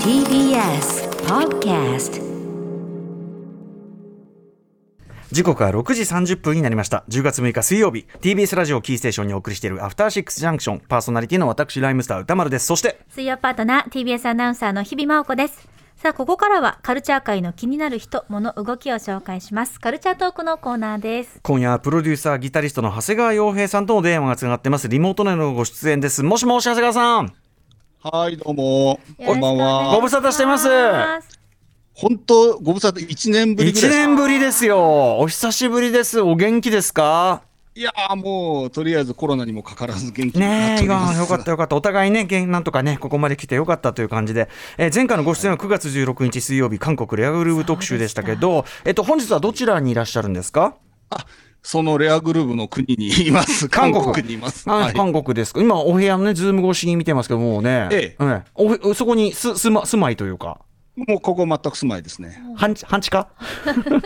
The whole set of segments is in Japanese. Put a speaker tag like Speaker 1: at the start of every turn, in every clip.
Speaker 1: TBS Podcast
Speaker 2: 時刻は6時30分になりました10月6日水曜日 TBS ラジオキーステーションにお送りしているアフターシックスジャンクションパーソナリティの私ライムスター歌丸ですそして
Speaker 3: 水曜パートナー TBS アナウンサーの日々真央子ですさあここからはカルチャー界の気になる人物動きを紹介しますカルチャートークのコーナーです
Speaker 2: 今夜はプロデューサーギタリストの長谷川洋平さんとの電話がつながってますリモートでのご出演ですもしもし長谷川さん
Speaker 4: はい、どうも。
Speaker 3: よろし
Speaker 4: こ
Speaker 3: く
Speaker 4: んばん
Speaker 3: お願い
Speaker 2: ご
Speaker 4: は
Speaker 2: 無。沙汰してます
Speaker 4: 本当、ご無沙汰、一年ぶりぐ
Speaker 2: 1
Speaker 4: らいですか。
Speaker 2: 年ぶりですよお久しぶりですお元気ですか
Speaker 4: いやー、もう、とりあえずコロナにもかからず元気になっ
Speaker 2: ねえ、
Speaker 4: ておりま
Speaker 2: 今
Speaker 4: す。
Speaker 2: よかったよかった。お互いね、げんなんとかね、ここまで来てよかったという感じで、えー前回のご出演は9月16日水曜日、韓国レアグループ特集でしたけど、えっと、本日はどちらにいらっしゃるんですか
Speaker 4: そのレアグループの国にいます。韓国にいます。
Speaker 2: あ
Speaker 4: はい。
Speaker 2: 韓国ですか。今、お部屋のね、ズーム越しに見てますけど、もうね、
Speaker 4: ええ
Speaker 2: えおへそこにすすま住まいというか、
Speaker 4: もう、ここ全く住まいですね。
Speaker 2: 半地半地下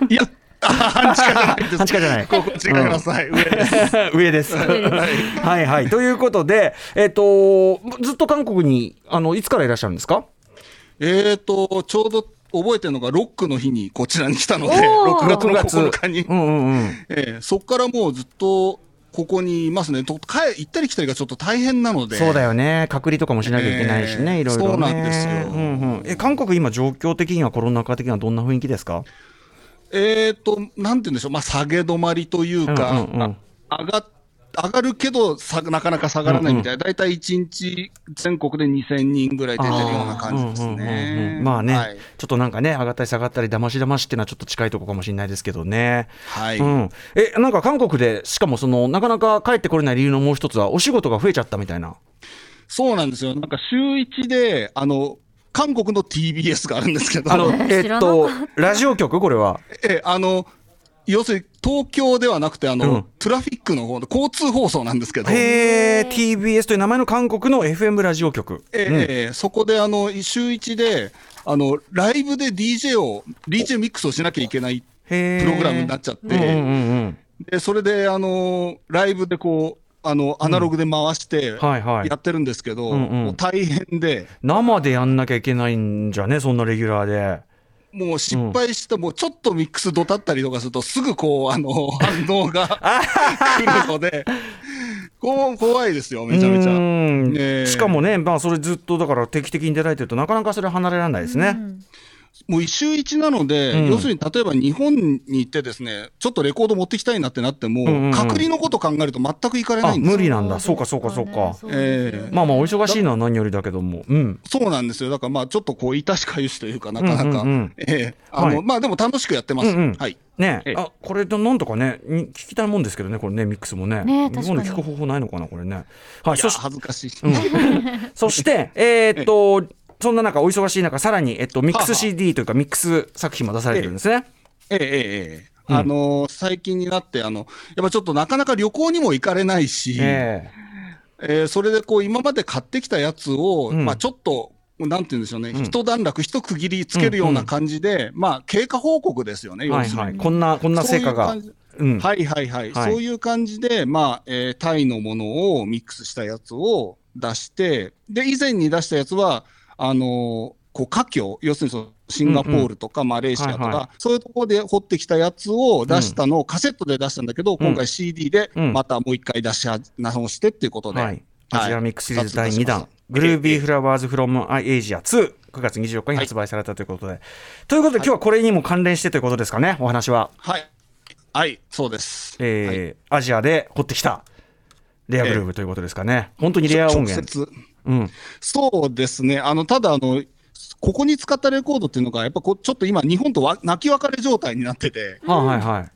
Speaker 4: いや、あ半地下じゃないです。
Speaker 2: 半地下じゃない
Speaker 4: ここ違います。はい、上です。
Speaker 2: 上です。はいはい。ということで、えっと、ずっと韓国に、あの、いつからいらっしゃるんですか
Speaker 4: えーと、ちょうど覚えてるのが、ロックの日にこちらに来たので、
Speaker 3: おー
Speaker 4: 6月の9日に
Speaker 2: う。んうんうん。
Speaker 4: ええそこからもうずっと、ここにいますね。と、帰行ったり来たりがちょっと大変なので。
Speaker 2: そうだよね、隔離とかもしなきゃいけないしね、
Speaker 4: ええ
Speaker 2: いろいろ、ね、
Speaker 4: そうなんですよ
Speaker 2: うんうんえ韓国、今、状況的にはコロナ禍的にはどんな雰囲気ですか
Speaker 4: えーと、なんて言うんでしょう、まあ、下げ止まりというか、
Speaker 2: うんうんうん
Speaker 4: あ上が上がるけどさ、なかなか下がらないみたいな、大体1日、全国で2000人ぐらい出てるような感じです
Speaker 2: うんうんうん
Speaker 4: ね
Speaker 2: う。んまあね、
Speaker 4: はい
Speaker 2: ちょっとなんかね、上がったり下がったり、だましだましっていうのはちょっと近いとこかもしれないですけどね。
Speaker 4: はい
Speaker 2: うん、えなんか韓国で、しかもそのなかなか帰ってこれない理由のもう一つは、お仕事が増えちゃったみたいな。
Speaker 4: そうなんですよ、なんか週1で、あの韓国の TBS があるんですけど、
Speaker 2: あのえ
Speaker 3: 知らなか
Speaker 2: っと
Speaker 3: っ、
Speaker 2: ラジオ局、これは。
Speaker 4: えあの要するに東京ではなくて、あの
Speaker 2: うん
Speaker 4: トラフィックの方の交通放送なんですけど。
Speaker 2: へー TBS という名前の韓国の FM ラジオ局。
Speaker 4: ええそこであの週一であのライブで DJ を DJ ミックスをしなきゃいけない
Speaker 2: へー
Speaker 4: プログラムになっちゃって
Speaker 2: うんうんうん
Speaker 4: でそれであのライブでこうあのアナログで回して
Speaker 2: はいはい
Speaker 4: やってるんですけど、
Speaker 2: うんうん
Speaker 4: もう大変で
Speaker 2: 生でやんなきゃいけないんじゃね、そんなレギュラーで。
Speaker 4: もう失敗して、もうちょっとミックスどたったりとかするとすぐこう あの反応が来るのでこう怖いですよめちゃめち
Speaker 2: う
Speaker 4: ゃ。
Speaker 2: ーん
Speaker 4: ねえ
Speaker 2: しかもね、まあ、それずっとだから定期的に出られてると、なかなかそれ離れられないですね。
Speaker 4: もう週一なので、
Speaker 2: うん
Speaker 4: 要するに例えば日本に行ってですねちょっとレコード持ってきたいなってなっても、
Speaker 2: んうんうん
Speaker 4: 隔離のこと考えると全く行かれな
Speaker 2: あ
Speaker 4: いんです
Speaker 2: 無理
Speaker 4: よ
Speaker 2: なんだ、そうか、そうか、そうか。
Speaker 4: ええ
Speaker 2: まあまあ、お忙しいのは何よりだけども、うん、
Speaker 4: そうなんですよ。だからまあちょっとこう、いたしかゆしというかなかなか。
Speaker 2: うんうんうん
Speaker 4: ええあの、
Speaker 2: はい
Speaker 4: まあでも楽しくやってます。
Speaker 2: うんうん
Speaker 4: はい。
Speaker 2: ね
Speaker 4: ええ
Speaker 2: あこれ、なんとかね、に聞きたいもんですけどね、これね、ミックスもね、
Speaker 3: ねえ
Speaker 2: 日本で
Speaker 3: 確か
Speaker 2: 聞く
Speaker 3: に
Speaker 2: 方法ないのかな、これね。はいい、
Speaker 4: や、
Speaker 2: そし
Speaker 4: 恥ずかしい。
Speaker 2: そして、 えーっと、そんな中、お忙しい中、さらに、えっと、ミック
Speaker 4: はあ
Speaker 2: ス
Speaker 4: はあ
Speaker 2: CD というか、ミックス作品も出されてるんですね。
Speaker 4: ええええええ
Speaker 2: うん
Speaker 4: あのー最近になって、あの、やっぱちょっとなかなか旅行にも行かれないし、え
Speaker 2: え
Speaker 4: えそれでこう、今まで買ってきたやつを、
Speaker 2: うん
Speaker 4: まあちょっと、なんて言うんでしょうね、
Speaker 2: うん
Speaker 4: 一段落、一区切りつけるような感じで、まあ経過報告ですよね、
Speaker 2: え
Speaker 4: 要
Speaker 2: はい
Speaker 4: するに。
Speaker 2: はい、こんな、こんな成果が
Speaker 4: そういう感。じ
Speaker 2: うん
Speaker 4: はいはいはい、
Speaker 2: はい
Speaker 4: そういう感じで、まあえータイのものをミックスしたやつを出して、で以前に出したやつは、あのーこう華僑、要するにそのシンガポールとかマレーシアとか、
Speaker 2: はいは
Speaker 4: そういうところで掘ってきたやつを出したのを、カセットで出したんだけど、今回 CD で
Speaker 2: うん
Speaker 4: またもう一回出し直してっていうことで、
Speaker 2: はい、アジアミックスシリーズ第2弾、
Speaker 4: はい
Speaker 2: グルービーフラワーズフロムアイエイジア2、9月24日に発売されたということで。ということで、今日はこれにも関連してということですかね、お話は。
Speaker 4: はい、はい、そうです。はい
Speaker 2: えーアジアで掘ってきたレアグルーブということですかね。本当にレア音
Speaker 4: 直
Speaker 2: 源。
Speaker 4: 接
Speaker 2: うん、
Speaker 4: そうですね、あのただあの、ここに使ったレコードっていうのが、やっぱこうちょっと今、日本とわ泣き別れ状態になってて、
Speaker 2: はあ、はいはい。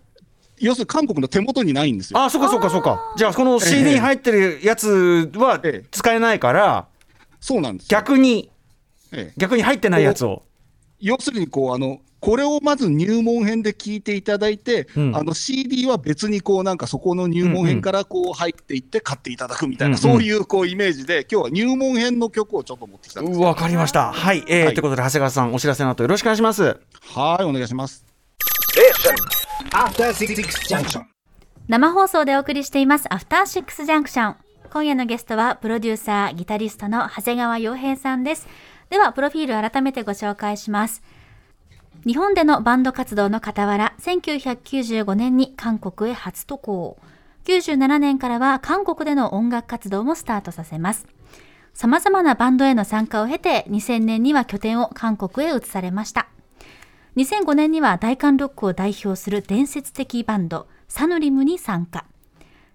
Speaker 4: 要するに韓国の手元にないんですよ。
Speaker 2: あ、そうかそうかそうか。じゃあ、この CD に入ってるやつは
Speaker 4: ええ
Speaker 2: 使えないから、
Speaker 4: そうなんですよ、
Speaker 2: 逆に、
Speaker 4: ええ
Speaker 2: 逆に入ってないやつを。
Speaker 4: 要するにこうあの、これをまず入門編で聞いていただいて、
Speaker 2: うん
Speaker 4: あの CD は別にこうなんかそこの入門編からこう入っていって買っていただくみたい
Speaker 2: うんうん
Speaker 4: な、そういうこうイメージで、今日は入門編の曲をちょっと持ってきたんです。
Speaker 2: わかりました。はい。えー
Speaker 4: はい
Speaker 2: ということで、長谷川さん、お知らせの後よろしくお願いします。
Speaker 4: はい、お願いします。
Speaker 5: After Six Junction.
Speaker 3: 生放送でお送りしていますアフターシックスジャンクション今夜のゲストはプロデューサーギタリストの長谷川洋平さんですではプロフィール改めてご紹介します日本でのバンド活動の傍ら1995年に韓国へ初渡航97年からは韓国での音楽活動もスタートさせます様々なバンドへの参加を経て2000年には拠点を韓国へ移されました2005年には大韓ロックを代表する伝説的バンドサヌリムに参加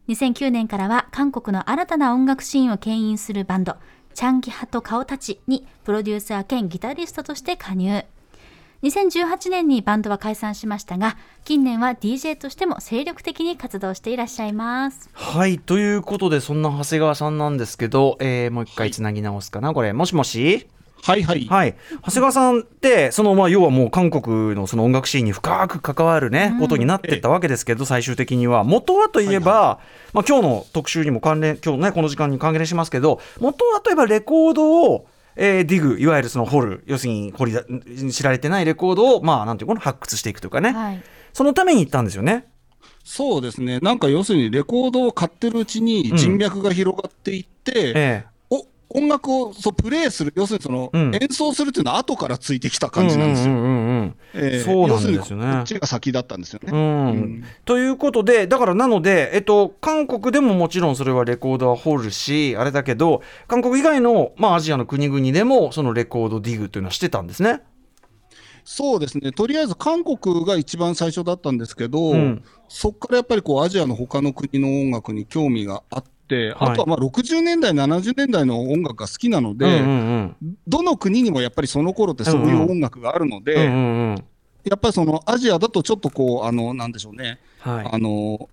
Speaker 3: 2009年からは韓国の新たな音楽シーンを牽引するバンドチャンギハと顔たちにプロデューサー兼ギタリストとして加入2018年にバンドは解散しましたが近年は DJ としても精力的に活動していらっしゃいます
Speaker 2: はいということでそんな長谷川さんなんですけど、えーもう一回つなぎ直すかなこれもしもし
Speaker 4: はいはい。
Speaker 2: はい、長谷川さんってその、まあ、要はもう韓国のその音楽シーンに深く関わる、ねことになってったわけですけど、最終的には元はといえば、まあ、今日の特集にも関連今日、ね、この時間に関連しますけど元はといえばレコードを、えーディグいわゆるその掘る要するに掘りだ知られてないレコードを、まあ、なんていうのかな発掘していくというかね、
Speaker 3: はい
Speaker 2: そのために行ったんですよね。
Speaker 4: そうですね。なんか要するにレコードを買ってるうちに人脈が広がっていって、
Speaker 2: ええ
Speaker 4: お音楽をそうプレイする、要するにその、
Speaker 2: うん
Speaker 4: 演奏するっていうのは後からついてきた感じなんですよ。
Speaker 2: うんうんうんうん
Speaker 4: ええ
Speaker 2: そうなんですよね
Speaker 4: 要るにこっちが先だったんですよね。
Speaker 2: うん
Speaker 4: うん
Speaker 2: ということでだからなので、えっと、韓国でももちろんそれはレコードは掘るしあれだけど韓国以外の、まあ、アジアの国々でもそのレコードディグというのはしてたんですね。
Speaker 4: そうですね、とりあえず韓国が一番最初だったんですけど、
Speaker 2: うん
Speaker 4: そこからやっぱりこうアジアの他の国の音楽に興味があって、
Speaker 2: はい
Speaker 4: あとはまあ60年代、70年代の音楽が好きなので、
Speaker 2: うんうん
Speaker 4: どの国にもやっぱりその頃ってそういう音楽があるので、
Speaker 2: うんうんうんうん
Speaker 4: やっぱりそのアジアだとちょっとこう、あのなんでしょうね、
Speaker 2: はい
Speaker 4: あの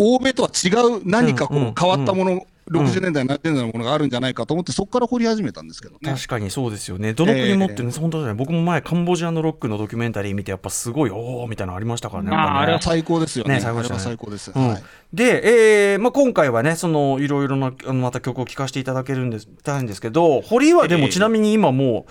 Speaker 4: 欧米とは違う何かこ
Speaker 2: うんうん
Speaker 4: う変わったもの、60年代、70年代のものがあるんじゃないかと思って、そこから掘り始めたんですけどね。
Speaker 2: 確かにそうですよね、どの国もって、ね本当だね、僕も前、カンボジアのロックのドキュメンタリー見て、やっぱすごい、おーみたいなのありましたからね、やっぱね
Speaker 4: あれは最高ですよね。
Speaker 2: ね最
Speaker 4: あ
Speaker 2: 高でし
Speaker 4: れ
Speaker 2: たね
Speaker 4: は最高です。
Speaker 2: うん
Speaker 4: はい
Speaker 2: で、えーまあ、今回はねそのいろいろなあのまた曲を聴かせていただけるんですたんですけど堀はで
Speaker 4: え
Speaker 2: も
Speaker 4: え
Speaker 2: ちなみに今も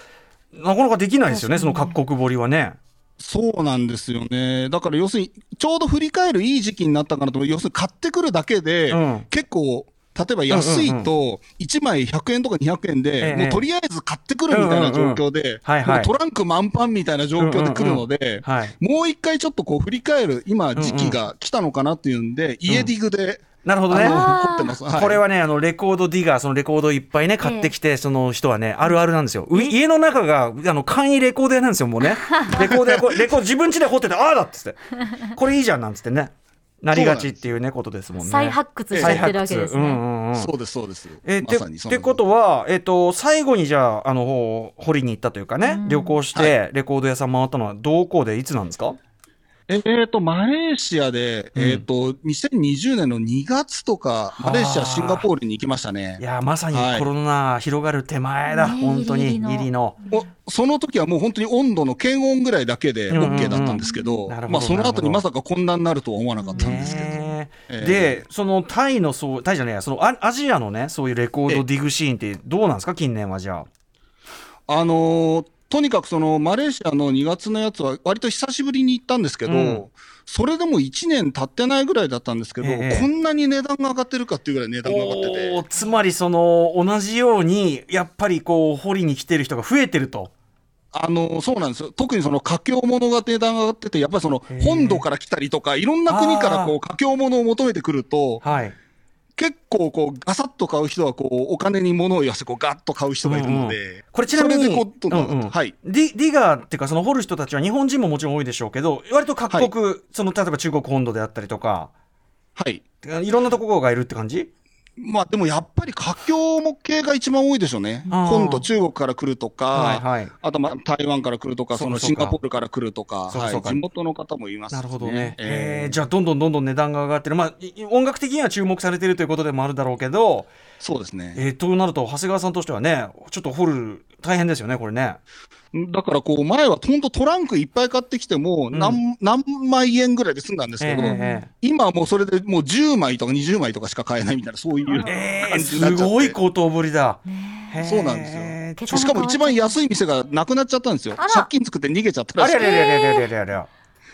Speaker 2: う、なかなかできないですよねその
Speaker 3: 確かに
Speaker 2: 各国堀はね。
Speaker 4: そうなんですよね。だから要するに、ちょうど振り返るいい時期になったかなと思う。要するに買ってくるだけで、
Speaker 2: うん
Speaker 4: 結構、例えば安いと、1枚100円とか200円
Speaker 2: え
Speaker 4: で、
Speaker 2: え
Speaker 4: もうとりあえず買ってくるみたいな状況で、
Speaker 2: はいはい
Speaker 4: もうトランク満帆みたいな状況で来るので、
Speaker 2: はい、
Speaker 4: もう一回ちょっとこう振り返る今時期が来たのかなっていうんで、家ディグで、
Speaker 2: なるほどね。
Speaker 4: あの掘ってます。い
Speaker 2: これはね、あのレコードディガー、そのレコードいっぱいね、買ってきて、その人はね、あるあるなんですよ。う家の中が、あの簡易レコード屋なんですよ、もうね。 レコード屋、これレコード自分家で掘ってて、ああだっつって。これいいじゃんなんつってね。なりがちっていうね、ことですもんね。
Speaker 3: 再発掘しちゃってるわけですね、
Speaker 2: 再発掘うんうんうん
Speaker 4: そうです、そうです。
Speaker 2: えー
Speaker 4: ま
Speaker 2: て
Speaker 4: さにそ
Speaker 2: っ
Speaker 4: んな
Speaker 2: てことは、えっと最後にじゃああのほう掘りに行ったというかね、
Speaker 3: うん
Speaker 2: 旅行してレコード屋さん回ったのはどこでいつなんですか、
Speaker 4: えっ、と、マレーシアで、
Speaker 2: うん
Speaker 4: えっ、と、2020年の2月とか、マレーシア、シンガポールに行きましたね
Speaker 2: い。やまさに
Speaker 4: はい
Speaker 2: コロナ広がる手前だ、
Speaker 3: ね
Speaker 2: 本当に
Speaker 3: ギリギリの
Speaker 2: ギリの。
Speaker 4: もうその時はもう本当に温度の検温ぐらいだけで
Speaker 2: うんうんうん
Speaker 4: OK だったんですけど、
Speaker 2: なるほど
Speaker 4: まあその
Speaker 2: なるほ
Speaker 4: 後
Speaker 2: ど
Speaker 4: にまさかこんなになるとは思わなかったんですけど。
Speaker 2: ね
Speaker 4: えー
Speaker 2: でそのタイのそうタイじゃないやそのアアジアのねそういうレコードディグシーンってどうなんですか近年はじゃあ。
Speaker 4: あのーとにかくそのマレーシアの2月のやつは割と久しぶりに行ったんですけど、
Speaker 2: うん
Speaker 4: それでも1年経ってないぐらいだったんですけど、
Speaker 2: ええ
Speaker 4: こんなに値段が上がってるかっていうぐらい値段が上がってて。
Speaker 2: おーつまりその同じようにやっぱりこう掘りに来てる人が増えてると。
Speaker 4: あのそうなんですよ、特にその佳境物が値段が上がってて、やっぱりその
Speaker 2: へえ
Speaker 4: 本土から来たりとか、いろんな国から
Speaker 2: あ
Speaker 4: こ
Speaker 2: ー
Speaker 4: う佳境物を求めてくると、
Speaker 2: はい。
Speaker 4: 結構こう、ガサッと買う人はこう、お金に物を言わせてこう、ガッと買う人がいるので、
Speaker 2: うんこれちなみに
Speaker 4: それでこうどんどん
Speaker 2: うんうん
Speaker 4: はい、
Speaker 2: ディディガーっていうかその掘る人たちは日本人ももちろん多いでしょうけど割と各国、その例えば中国本土であったりとか
Speaker 4: はい、
Speaker 2: いろんなところがいるって感じ
Speaker 4: まあでもやっぱり佳境も系が一番多いでしょうね、
Speaker 2: あー
Speaker 4: 今度、中国から来るとか、
Speaker 2: はいはい
Speaker 4: あとまあ台湾から来るとか、
Speaker 2: そう
Speaker 4: そ
Speaker 2: か
Speaker 4: のシンガポールから来るとか、
Speaker 2: そうか
Speaker 4: はい
Speaker 2: そうか
Speaker 4: 地元の方もいますし
Speaker 2: なるほどね、え
Speaker 4: え
Speaker 2: ー
Speaker 4: ー
Speaker 2: じゃあどんどんどんどん値段が上がってるまあい音楽的には注目されてるということでもあるだろうけど、
Speaker 4: そうですね。
Speaker 2: えー、となると長谷川さんとしてはねちょっと掘る大変ですよねこれね
Speaker 4: だからこう前は本当トランクいっぱい買ってきても
Speaker 2: うん
Speaker 4: 何,、何万円ぐらいで済んだんです
Speaker 2: え
Speaker 4: けど、
Speaker 2: ーえ
Speaker 4: 今はもうそれでもう10枚とか20枚とかしか買えないみたいなそういう
Speaker 2: ーえー
Speaker 4: 感じになっ
Speaker 2: す
Speaker 4: ちゃって、
Speaker 2: ごい高騰ぶりだ、へー
Speaker 4: そうなんですよ
Speaker 2: ちょ
Speaker 4: しかも一番安い店がなくなっちゃったんですよ
Speaker 3: あら
Speaker 4: 借金作って逃げちゃった
Speaker 2: あ
Speaker 4: らし
Speaker 2: れ
Speaker 4: く
Speaker 2: あれあれあれあれあれあれあれ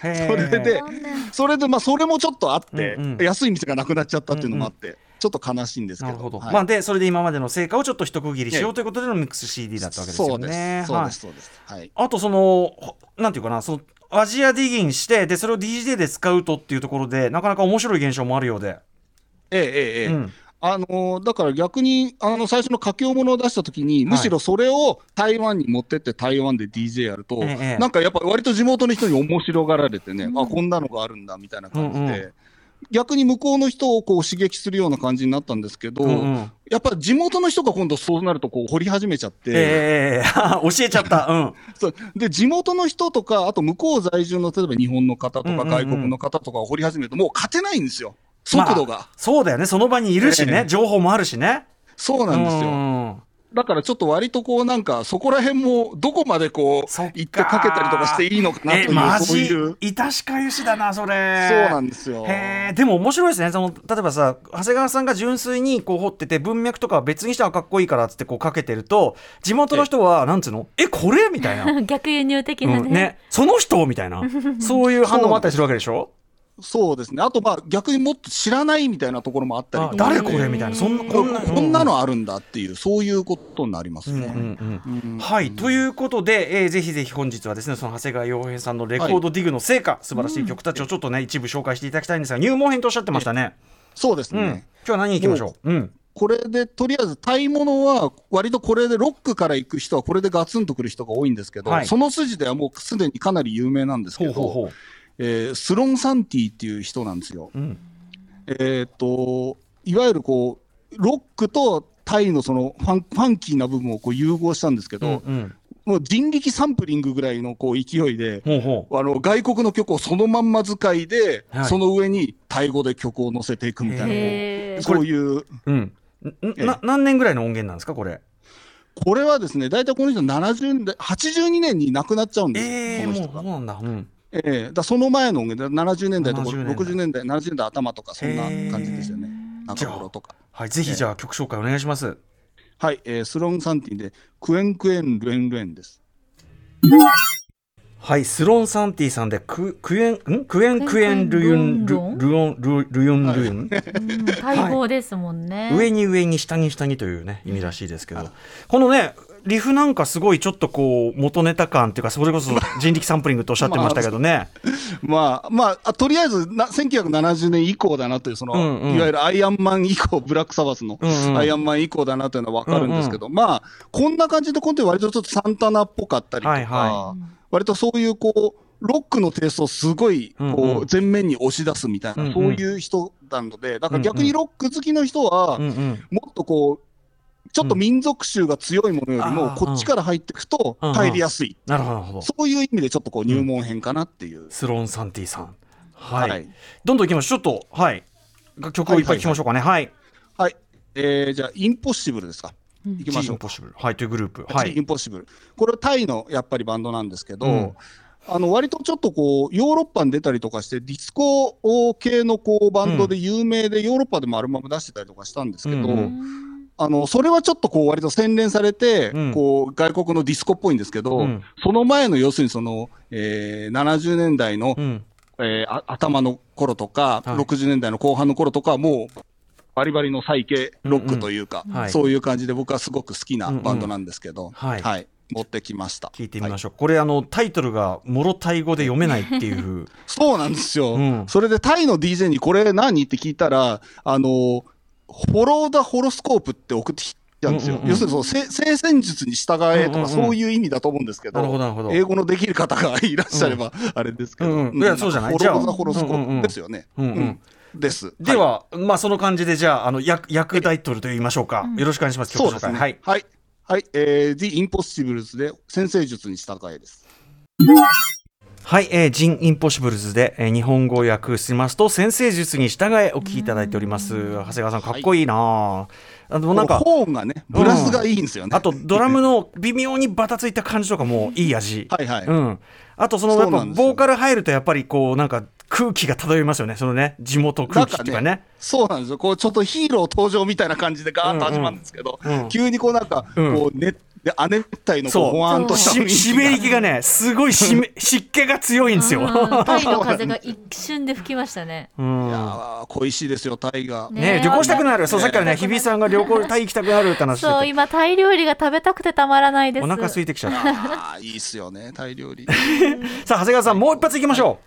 Speaker 2: へー
Speaker 4: それで
Speaker 3: 残念
Speaker 4: それでまあそれもちょっとあって、
Speaker 2: うんうん
Speaker 4: 安い店がなくなっちゃったっていうのもあって、ちちょっと悲しいんですけ
Speaker 2: な
Speaker 4: ど。
Speaker 2: るほど、
Speaker 4: はい
Speaker 2: まあ、でそれで今までの成果をちょっと一区切りしようということでのミックス CD だったわけですよね。
Speaker 4: そう
Speaker 2: は
Speaker 4: で
Speaker 2: い
Speaker 4: す、そうです、そうです。はい。
Speaker 2: あとそのほなんていうかなそのアジアディギンしてでそれを DJ で使うとっていうところでなかなか面白い現象もあるようで、
Speaker 4: ええええええ。
Speaker 2: うん
Speaker 4: あのーだから逆に、あの、最初の佳境物を出したときに、
Speaker 2: い
Speaker 4: むしろそれを台湾に持ってって台湾で DJ やると、
Speaker 2: ええええ
Speaker 4: なんかやっぱ割と地元の人に面白がられてね、
Speaker 3: うん
Speaker 4: あ、こんなのがあるんだ、みたいな感じで、
Speaker 2: うんうん
Speaker 4: 逆に向こうの人をこう刺激するような感じになったんですけど、
Speaker 2: うんうん
Speaker 4: やっぱ地元の人が今度そうなるとこう掘り始めちゃって、
Speaker 2: ええ教えちゃった、うん、
Speaker 4: そうで地元の人とか、あと向こう在住の例えば日本の方と
Speaker 2: うんうんう
Speaker 4: か
Speaker 2: ん
Speaker 4: 外国の方とかを掘り始めると、もう勝てないんですよ、速度が。
Speaker 2: まあそうだよねその場にいるしね、
Speaker 4: ええ
Speaker 2: 情報もあるしね
Speaker 4: そうなんですよ。
Speaker 2: よ
Speaker 4: だからちょっと割とこうなんか、そこら辺もどこまでこう
Speaker 2: そっか、
Speaker 4: 行ってかけたりとかしていいのかなとい
Speaker 2: え
Speaker 4: う、
Speaker 2: マ
Speaker 4: そう
Speaker 2: ジ
Speaker 4: いう。
Speaker 2: いたしかゆしだなそれ
Speaker 4: そうなんですよ。
Speaker 2: へえでも面白いですねその例えばさ長谷川さんが純粋にこう掘ってて文脈とかは別にしたらかっこいいからっつってこうかけてると地元の人はなんつうのえこれみ たいな、う
Speaker 3: 逆輸入的なね,、
Speaker 2: ん、ねその人みたい なそういう反応もあったりするわけでしょ
Speaker 4: そうですね。あとまあ逆にもっと知らないみたいなところもあったり
Speaker 2: あ
Speaker 4: とか
Speaker 2: 誰これみたいなそんなこんな
Speaker 4: こんなのあるんだっていう、そういうことになります
Speaker 2: うんうん
Speaker 4: ね。
Speaker 2: うん
Speaker 4: うん
Speaker 2: はい、ということで、えーぜひぜひ本日はですねその長谷川洋平さんのレコードディグの成果、素晴らしい曲たちをちょっとね、一部紹介していただきたいんですが入門編とおっしゃってましたね、
Speaker 4: そうです
Speaker 2: うん、
Speaker 4: ね。
Speaker 2: 今日は何いきましょう、うん、
Speaker 4: これで、とりあえず、タイものは、割とこれでロックから行く人は、これでガツンと来る人が多いんですけど、
Speaker 2: はい
Speaker 4: その筋ではもうすでにかなり有名なんですけ
Speaker 2: ほう
Speaker 4: ど、
Speaker 2: ほうほ
Speaker 4: えースロン・サンティっていう人なんですよ。
Speaker 2: う、うん、
Speaker 4: えーっと、いわゆるこう、ロックとタイのそのファンファンキーな部分をこう融合したんですけど、
Speaker 2: うん
Speaker 4: もう人力サンプリングぐらいのこう勢いで、
Speaker 2: ほうほう
Speaker 4: あの外国の曲をそのまんま使いで、
Speaker 2: はい
Speaker 4: その上にタイ語で曲を乗せていくみたいな、
Speaker 3: へー
Speaker 4: そういう
Speaker 2: うん。んな何年ぐらいの音源なんですか、これ。
Speaker 4: これはですね、大体この人70年、82年に亡くなっちゃうんですよ、
Speaker 2: ええ
Speaker 4: この
Speaker 2: も
Speaker 4: 人
Speaker 2: うそ
Speaker 4: が
Speaker 2: う。なんだ。うん。
Speaker 4: ええだその前の音源、70年代とか
Speaker 2: 70年代
Speaker 4: 60年代、70年代頭とか、そんな感じですよね、中頃とか。
Speaker 2: はい、ぜひじゃあ曲紹介お願いします。
Speaker 4: はい、えースロンサンティンで、クエンクエンルエンルエンです。
Speaker 2: はい、スロンサンティさんでククエンんクエンクエンルユンルルオンルルユンルユン。
Speaker 3: う ん待望ですもんね、
Speaker 2: 上に上に下に下にというね意味らしいですけど、このねリフなんかすごいちょっとこう元ネタ感っていうかそれこ そ人力サンプリングとおっしゃってましたけどね。
Speaker 4: まあ、まああ、とりあえずな、1970年以降だなという、その、
Speaker 2: うんうん
Speaker 4: いわゆるアイアンマン以降、ブラックサバスの
Speaker 2: うんうん
Speaker 4: アイアンマン以降だなというのは分かるんですけど、まあ、こんな感じで、今度割とちょっとサンタナっぽかったりとか、
Speaker 2: はいは
Speaker 4: 割とそういう、こう、ロックのテイストをすごい、こう、
Speaker 2: うんうん
Speaker 4: 前面に押し出すみたいな、
Speaker 2: うんうん
Speaker 4: そういう人なので、だから逆にロック好きの人は、
Speaker 2: うんうん。
Speaker 4: もっとこう、ちょっと民族臭が強いものより
Speaker 2: う
Speaker 4: も、
Speaker 2: んあー
Speaker 4: こっちから入っていくと
Speaker 2: うんうん
Speaker 4: 入りやすい。
Speaker 2: なるほどなるほど。
Speaker 4: そういう意味でちょっとこう入門編かなっていう。
Speaker 2: スロンサンティさん。はい。どんどん行きましょう。ちょっとはい曲をいっぱい聞きましょうかね。はい。
Speaker 4: はい。えー、じゃあ、インポッシブルですか。
Speaker 3: うん
Speaker 4: いきましょうか。
Speaker 2: Impossible はい、というグループ。は
Speaker 4: はい、イ
Speaker 2: い。
Speaker 4: ンポッシブル。これ、タイのやっぱりバンドなんですけど、
Speaker 2: うん
Speaker 4: あの割とちょっとこう、ヨーロッパに出たりとかして、ディスコ系のこうバンドで有名で、ヨーロッパでもアルバム出してたりとかしたんですけど、
Speaker 2: うん
Speaker 3: うん
Speaker 4: あのそれはちょっとこう割と洗練されて、
Speaker 2: うん
Speaker 4: こう外国のディスコっぽいんですけど、
Speaker 2: うん
Speaker 4: その前の要するにその、えー70年代の、
Speaker 2: うん。
Speaker 4: えーあ頭の頃とか、
Speaker 2: はい
Speaker 4: 60年代の後半の頃とかはもう、バリバリの再系ロックというか、
Speaker 2: うんうんはい
Speaker 4: そういう感じで僕はすごく好きなバンドなんですけど、
Speaker 2: はい
Speaker 4: 持ってきました。
Speaker 2: 聞いてみま
Speaker 4: し
Speaker 2: しょう。これ、あの、タイトルが、もろタイ語で読めないって いう。
Speaker 4: ょう。そうなんですよ。
Speaker 2: うん
Speaker 4: それでタイの DJ にこれ何って聞いたら、あのー、フォロー・ダ・ホロスコープって送ってきたんですよ。
Speaker 2: うんうんうん
Speaker 4: 要するにそのせ、聖戦術に従えとか、
Speaker 2: うんうんうん
Speaker 4: そういう意味だと思うんですけど、
Speaker 2: なるほど、なるほど。
Speaker 4: 英語のできる方がいらっしゃれば、あれですけど、
Speaker 2: うんうんいやそうじゃない
Speaker 4: フォロ
Speaker 2: じ
Speaker 4: ー・
Speaker 2: ゃ
Speaker 4: ザ・
Speaker 2: あ
Speaker 4: ホロスコ
Speaker 2: うんうんう
Speaker 4: ー
Speaker 2: ん
Speaker 4: プですよね。
Speaker 2: うんうん
Speaker 4: です。
Speaker 2: で
Speaker 4: い
Speaker 2: は、まあ、その感じで、じゃあ、あの、役、役タイトルと言いましょうか。よろしくお願いします。曲
Speaker 4: そう
Speaker 2: 紹
Speaker 4: です
Speaker 2: 介。
Speaker 4: ね。
Speaker 2: はい。
Speaker 4: はい。はい。えー、The Impossibles で、先生術に従えです。
Speaker 2: はい、えー、ジン・インポッシブルズで、えー日本語訳しますと、先生術に従えお聞きいただいております。長谷川さん、かっこいいなああの、なんか、
Speaker 4: このホーンがね、ブラスがいいんですよね。
Speaker 2: あと、ドラムの微妙にバタついた感じとかもいい味。
Speaker 4: はいはい
Speaker 2: うん。あと、その、
Speaker 4: そ
Speaker 2: やっ
Speaker 4: う
Speaker 2: ぱ、
Speaker 4: なんですよ
Speaker 2: ボーカル入ると、やっぱり、こう、なんか、空気が漂いますよね。そのね、地元空気っていうか
Speaker 4: なん
Speaker 2: ね。
Speaker 4: そうなんですよ。こう、ちょっとヒーロー登場みたいな感じでガーッと始まるんですけど、
Speaker 2: うんうん
Speaker 4: 急にこうなんか、
Speaker 2: うん
Speaker 4: こう、ね、で、亜熱帯のこ
Speaker 2: そう
Speaker 4: うほわんとした
Speaker 2: し
Speaker 4: 雰囲気
Speaker 2: 湿り気がねすごい湿湿気が強いんですよ。
Speaker 5: うんタイの風が一瞬で吹きました ね。
Speaker 2: うん
Speaker 4: いやー恋しいですよ、タイが。
Speaker 5: ね
Speaker 2: ね、
Speaker 5: え
Speaker 2: 旅行したくなる、そう、
Speaker 4: ね
Speaker 2: さっきからね、日比さんが旅行、タイ行きたくなるって話して
Speaker 5: そう、今、タイ料理が食べたくてたまらないで
Speaker 2: て、
Speaker 5: す。
Speaker 2: お腹空いてきちゃった。
Speaker 4: ああ、いいっすよね、タイ料理。
Speaker 2: さあ、長谷川さん、もう一発行きましょ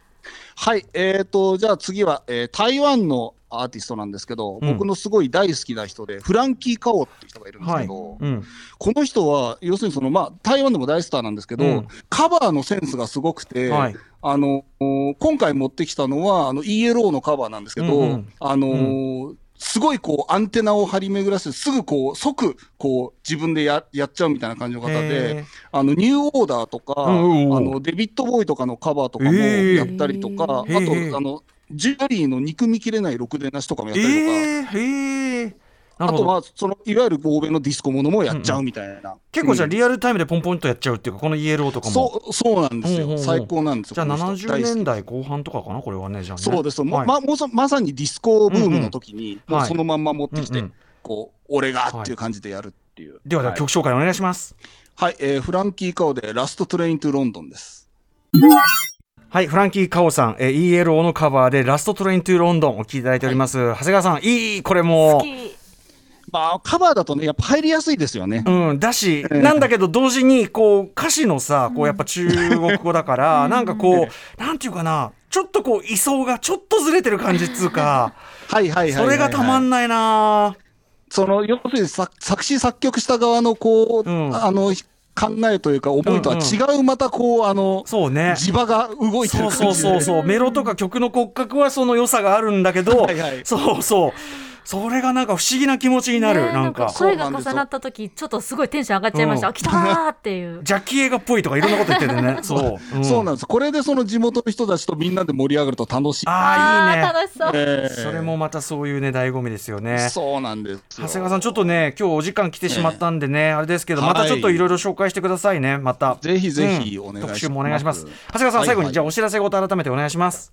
Speaker 4: はい、えーと、じゃあ次は、えー台湾のアーティストなんですけど、
Speaker 2: うん
Speaker 4: 僕のすごい大好きな人で、フランキー・カオっていう人がいるんですけど、
Speaker 2: う。うん。
Speaker 4: この人は、要するにその、まあ、台湾でも大スターなんですけど、
Speaker 2: うん
Speaker 4: カバーのセンスがすごくて、
Speaker 2: はい。
Speaker 4: あの、お今回持ってきたのは、あの、ELO のカバーなんですけど、
Speaker 2: うんうん
Speaker 4: あのーすごいこうアンテナを張り巡らせて、すぐこう即こう自分でややっちゃうみたいな感じの方で、
Speaker 2: へ
Speaker 4: あのニューオーダーとか、
Speaker 2: うんうんうん
Speaker 4: あのデビッド・ボーイとかのカバーとかも
Speaker 2: へえ
Speaker 4: やったりとか、
Speaker 2: へえ
Speaker 4: あとあのジュエリーの憎みきれないろくでなしとかもやっ
Speaker 2: え
Speaker 4: たりとか、
Speaker 2: ー、へえ。な
Speaker 4: あ
Speaker 2: るほ
Speaker 4: と
Speaker 2: ど。
Speaker 4: はそのいわゆる欧米のディスコものもやっちゃうみたいな。
Speaker 2: 結構じゃあ
Speaker 4: うん
Speaker 2: リアルタイムでポンポンとやっちゃうっていうか、このイエローとかも。
Speaker 4: そうそうなんです
Speaker 2: うんうんう
Speaker 4: よ、
Speaker 2: ん
Speaker 4: 最高なんですよ。
Speaker 2: じゃあ
Speaker 4: この人
Speaker 2: 70
Speaker 4: 大好き
Speaker 2: 年代後半とかかな、これはね、じゃあね。
Speaker 4: そうです、もう
Speaker 2: はい
Speaker 4: まもうそまさにディスコブームの時に、
Speaker 2: うんうん
Speaker 4: もうそのまんま持ってきて、
Speaker 2: うんうん
Speaker 4: こう俺がっていう感じでやるっていう。
Speaker 2: では、では
Speaker 4: はい
Speaker 2: 曲紹介お願いします。
Speaker 4: はい、えーフランキー・カオでラストトレイントゥロンドンです。
Speaker 2: はい、フランキー・カオさん、えー、ELO のカバーで、ラストトレイントゥロンドンお聴きいただいております。長谷川さん、いい、これも
Speaker 5: 好。き。
Speaker 4: まあ、カバーだとね、やっぱ入りやすいですよね。
Speaker 2: うん、だし、なんだけど同時にこう歌詞のさこうやっぱ中国語だから、なんかこうなんていうかなちょっとこう位相がちょっとずれてる感じっつうか
Speaker 4: はいはいはいはい、
Speaker 2: それがたまん
Speaker 4: な
Speaker 2: な
Speaker 4: い。
Speaker 2: いな、
Speaker 4: その、要するに作作詞作曲した側の、こう、
Speaker 2: うん
Speaker 4: あの、考えというか、思いとは違う、またこう、あの、
Speaker 2: そうね
Speaker 4: 磁場が動いてる
Speaker 2: そ
Speaker 4: 感
Speaker 2: う
Speaker 4: じ
Speaker 2: そうそう
Speaker 4: う。
Speaker 2: そうメロとか曲の骨格はその良さがあるんだけど
Speaker 4: はいはい
Speaker 2: そうそうそれがなんか不思議な気持ちになる、
Speaker 5: ねえ
Speaker 2: なんか
Speaker 5: 声が重なった時、ちょっとすごいテンション上がっちゃいました。
Speaker 2: うん
Speaker 5: あ来たーっていう。
Speaker 2: ジャッキー映画っぽいとかいろんなこと言っててねそう、
Speaker 4: そう
Speaker 2: の
Speaker 4: なんです。これでその地元の人たちとみんなで盛り上がると楽しい。
Speaker 2: ああいいね
Speaker 5: あー楽しそう。
Speaker 4: えー
Speaker 2: それもまたそういうね醍醐味ですよね
Speaker 4: そうなんです
Speaker 2: 長
Speaker 4: よ。
Speaker 2: 谷川さん、ちょっとね、今日お時間来てしまったんでね、あれですけど、またちょっといろいろ紹介してくださいね、また。
Speaker 4: ぜひぜひ
Speaker 2: うん
Speaker 4: お願いします
Speaker 2: 特集もお願いします。長谷川さん、
Speaker 4: はい
Speaker 2: 最後に、
Speaker 4: はい
Speaker 2: じゃあお知らせごと改めてお願いします。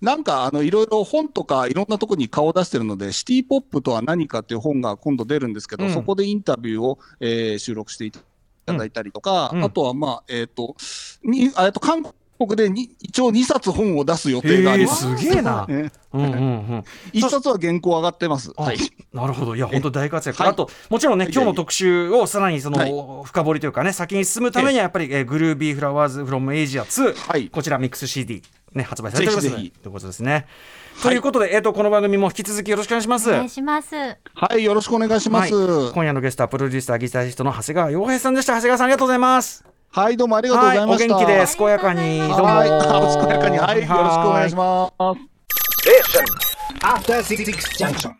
Speaker 4: なんか、あの、いろいろ本とか、いろんなとこに顔を出してるので、シティポップとは何かっていう本が今度出るんですけど、
Speaker 2: うん
Speaker 4: そこでインタビューを、えー収録していただいたりとか、
Speaker 2: うんうん
Speaker 4: あとは、まあ、えっ、と、に、あえっと、韓国でに一応2冊本を出す予定があり
Speaker 2: え、
Speaker 4: ます。
Speaker 2: すげえな。
Speaker 4: ね
Speaker 2: うんうんうん。
Speaker 4: 一冊は原稿上がってます。
Speaker 2: あ
Speaker 4: はい。
Speaker 2: なるほど、いや、本当大活躍。
Speaker 4: はい
Speaker 2: あと、もちろんね、
Speaker 4: いやい
Speaker 2: 今日
Speaker 4: や
Speaker 2: の特集をさらにそ
Speaker 4: はい
Speaker 2: の深掘りというかね、先に進むためには、やっぱり、えーグルービーフラワーズフロムエイジア
Speaker 4: は
Speaker 2: 2、
Speaker 4: い
Speaker 2: こちらミックス CD、ね、発売されております
Speaker 4: ぜひぜひ
Speaker 2: ということですね。ということで、えっと、この番組も引き続きよろしくお願いします。
Speaker 5: お願いします。
Speaker 4: はい、よろしくお願いします。
Speaker 2: はい、
Speaker 4: はい、
Speaker 2: 今夜のゲストはプロデューサーギタリストの長谷川洋平さんでした長谷川さんありがとうございます
Speaker 4: どうもありがとうございました。
Speaker 2: はいお元気で健やかにどうも
Speaker 4: はい、お健やかに。はい、よろしくお願いします。
Speaker 6: After Six Junction.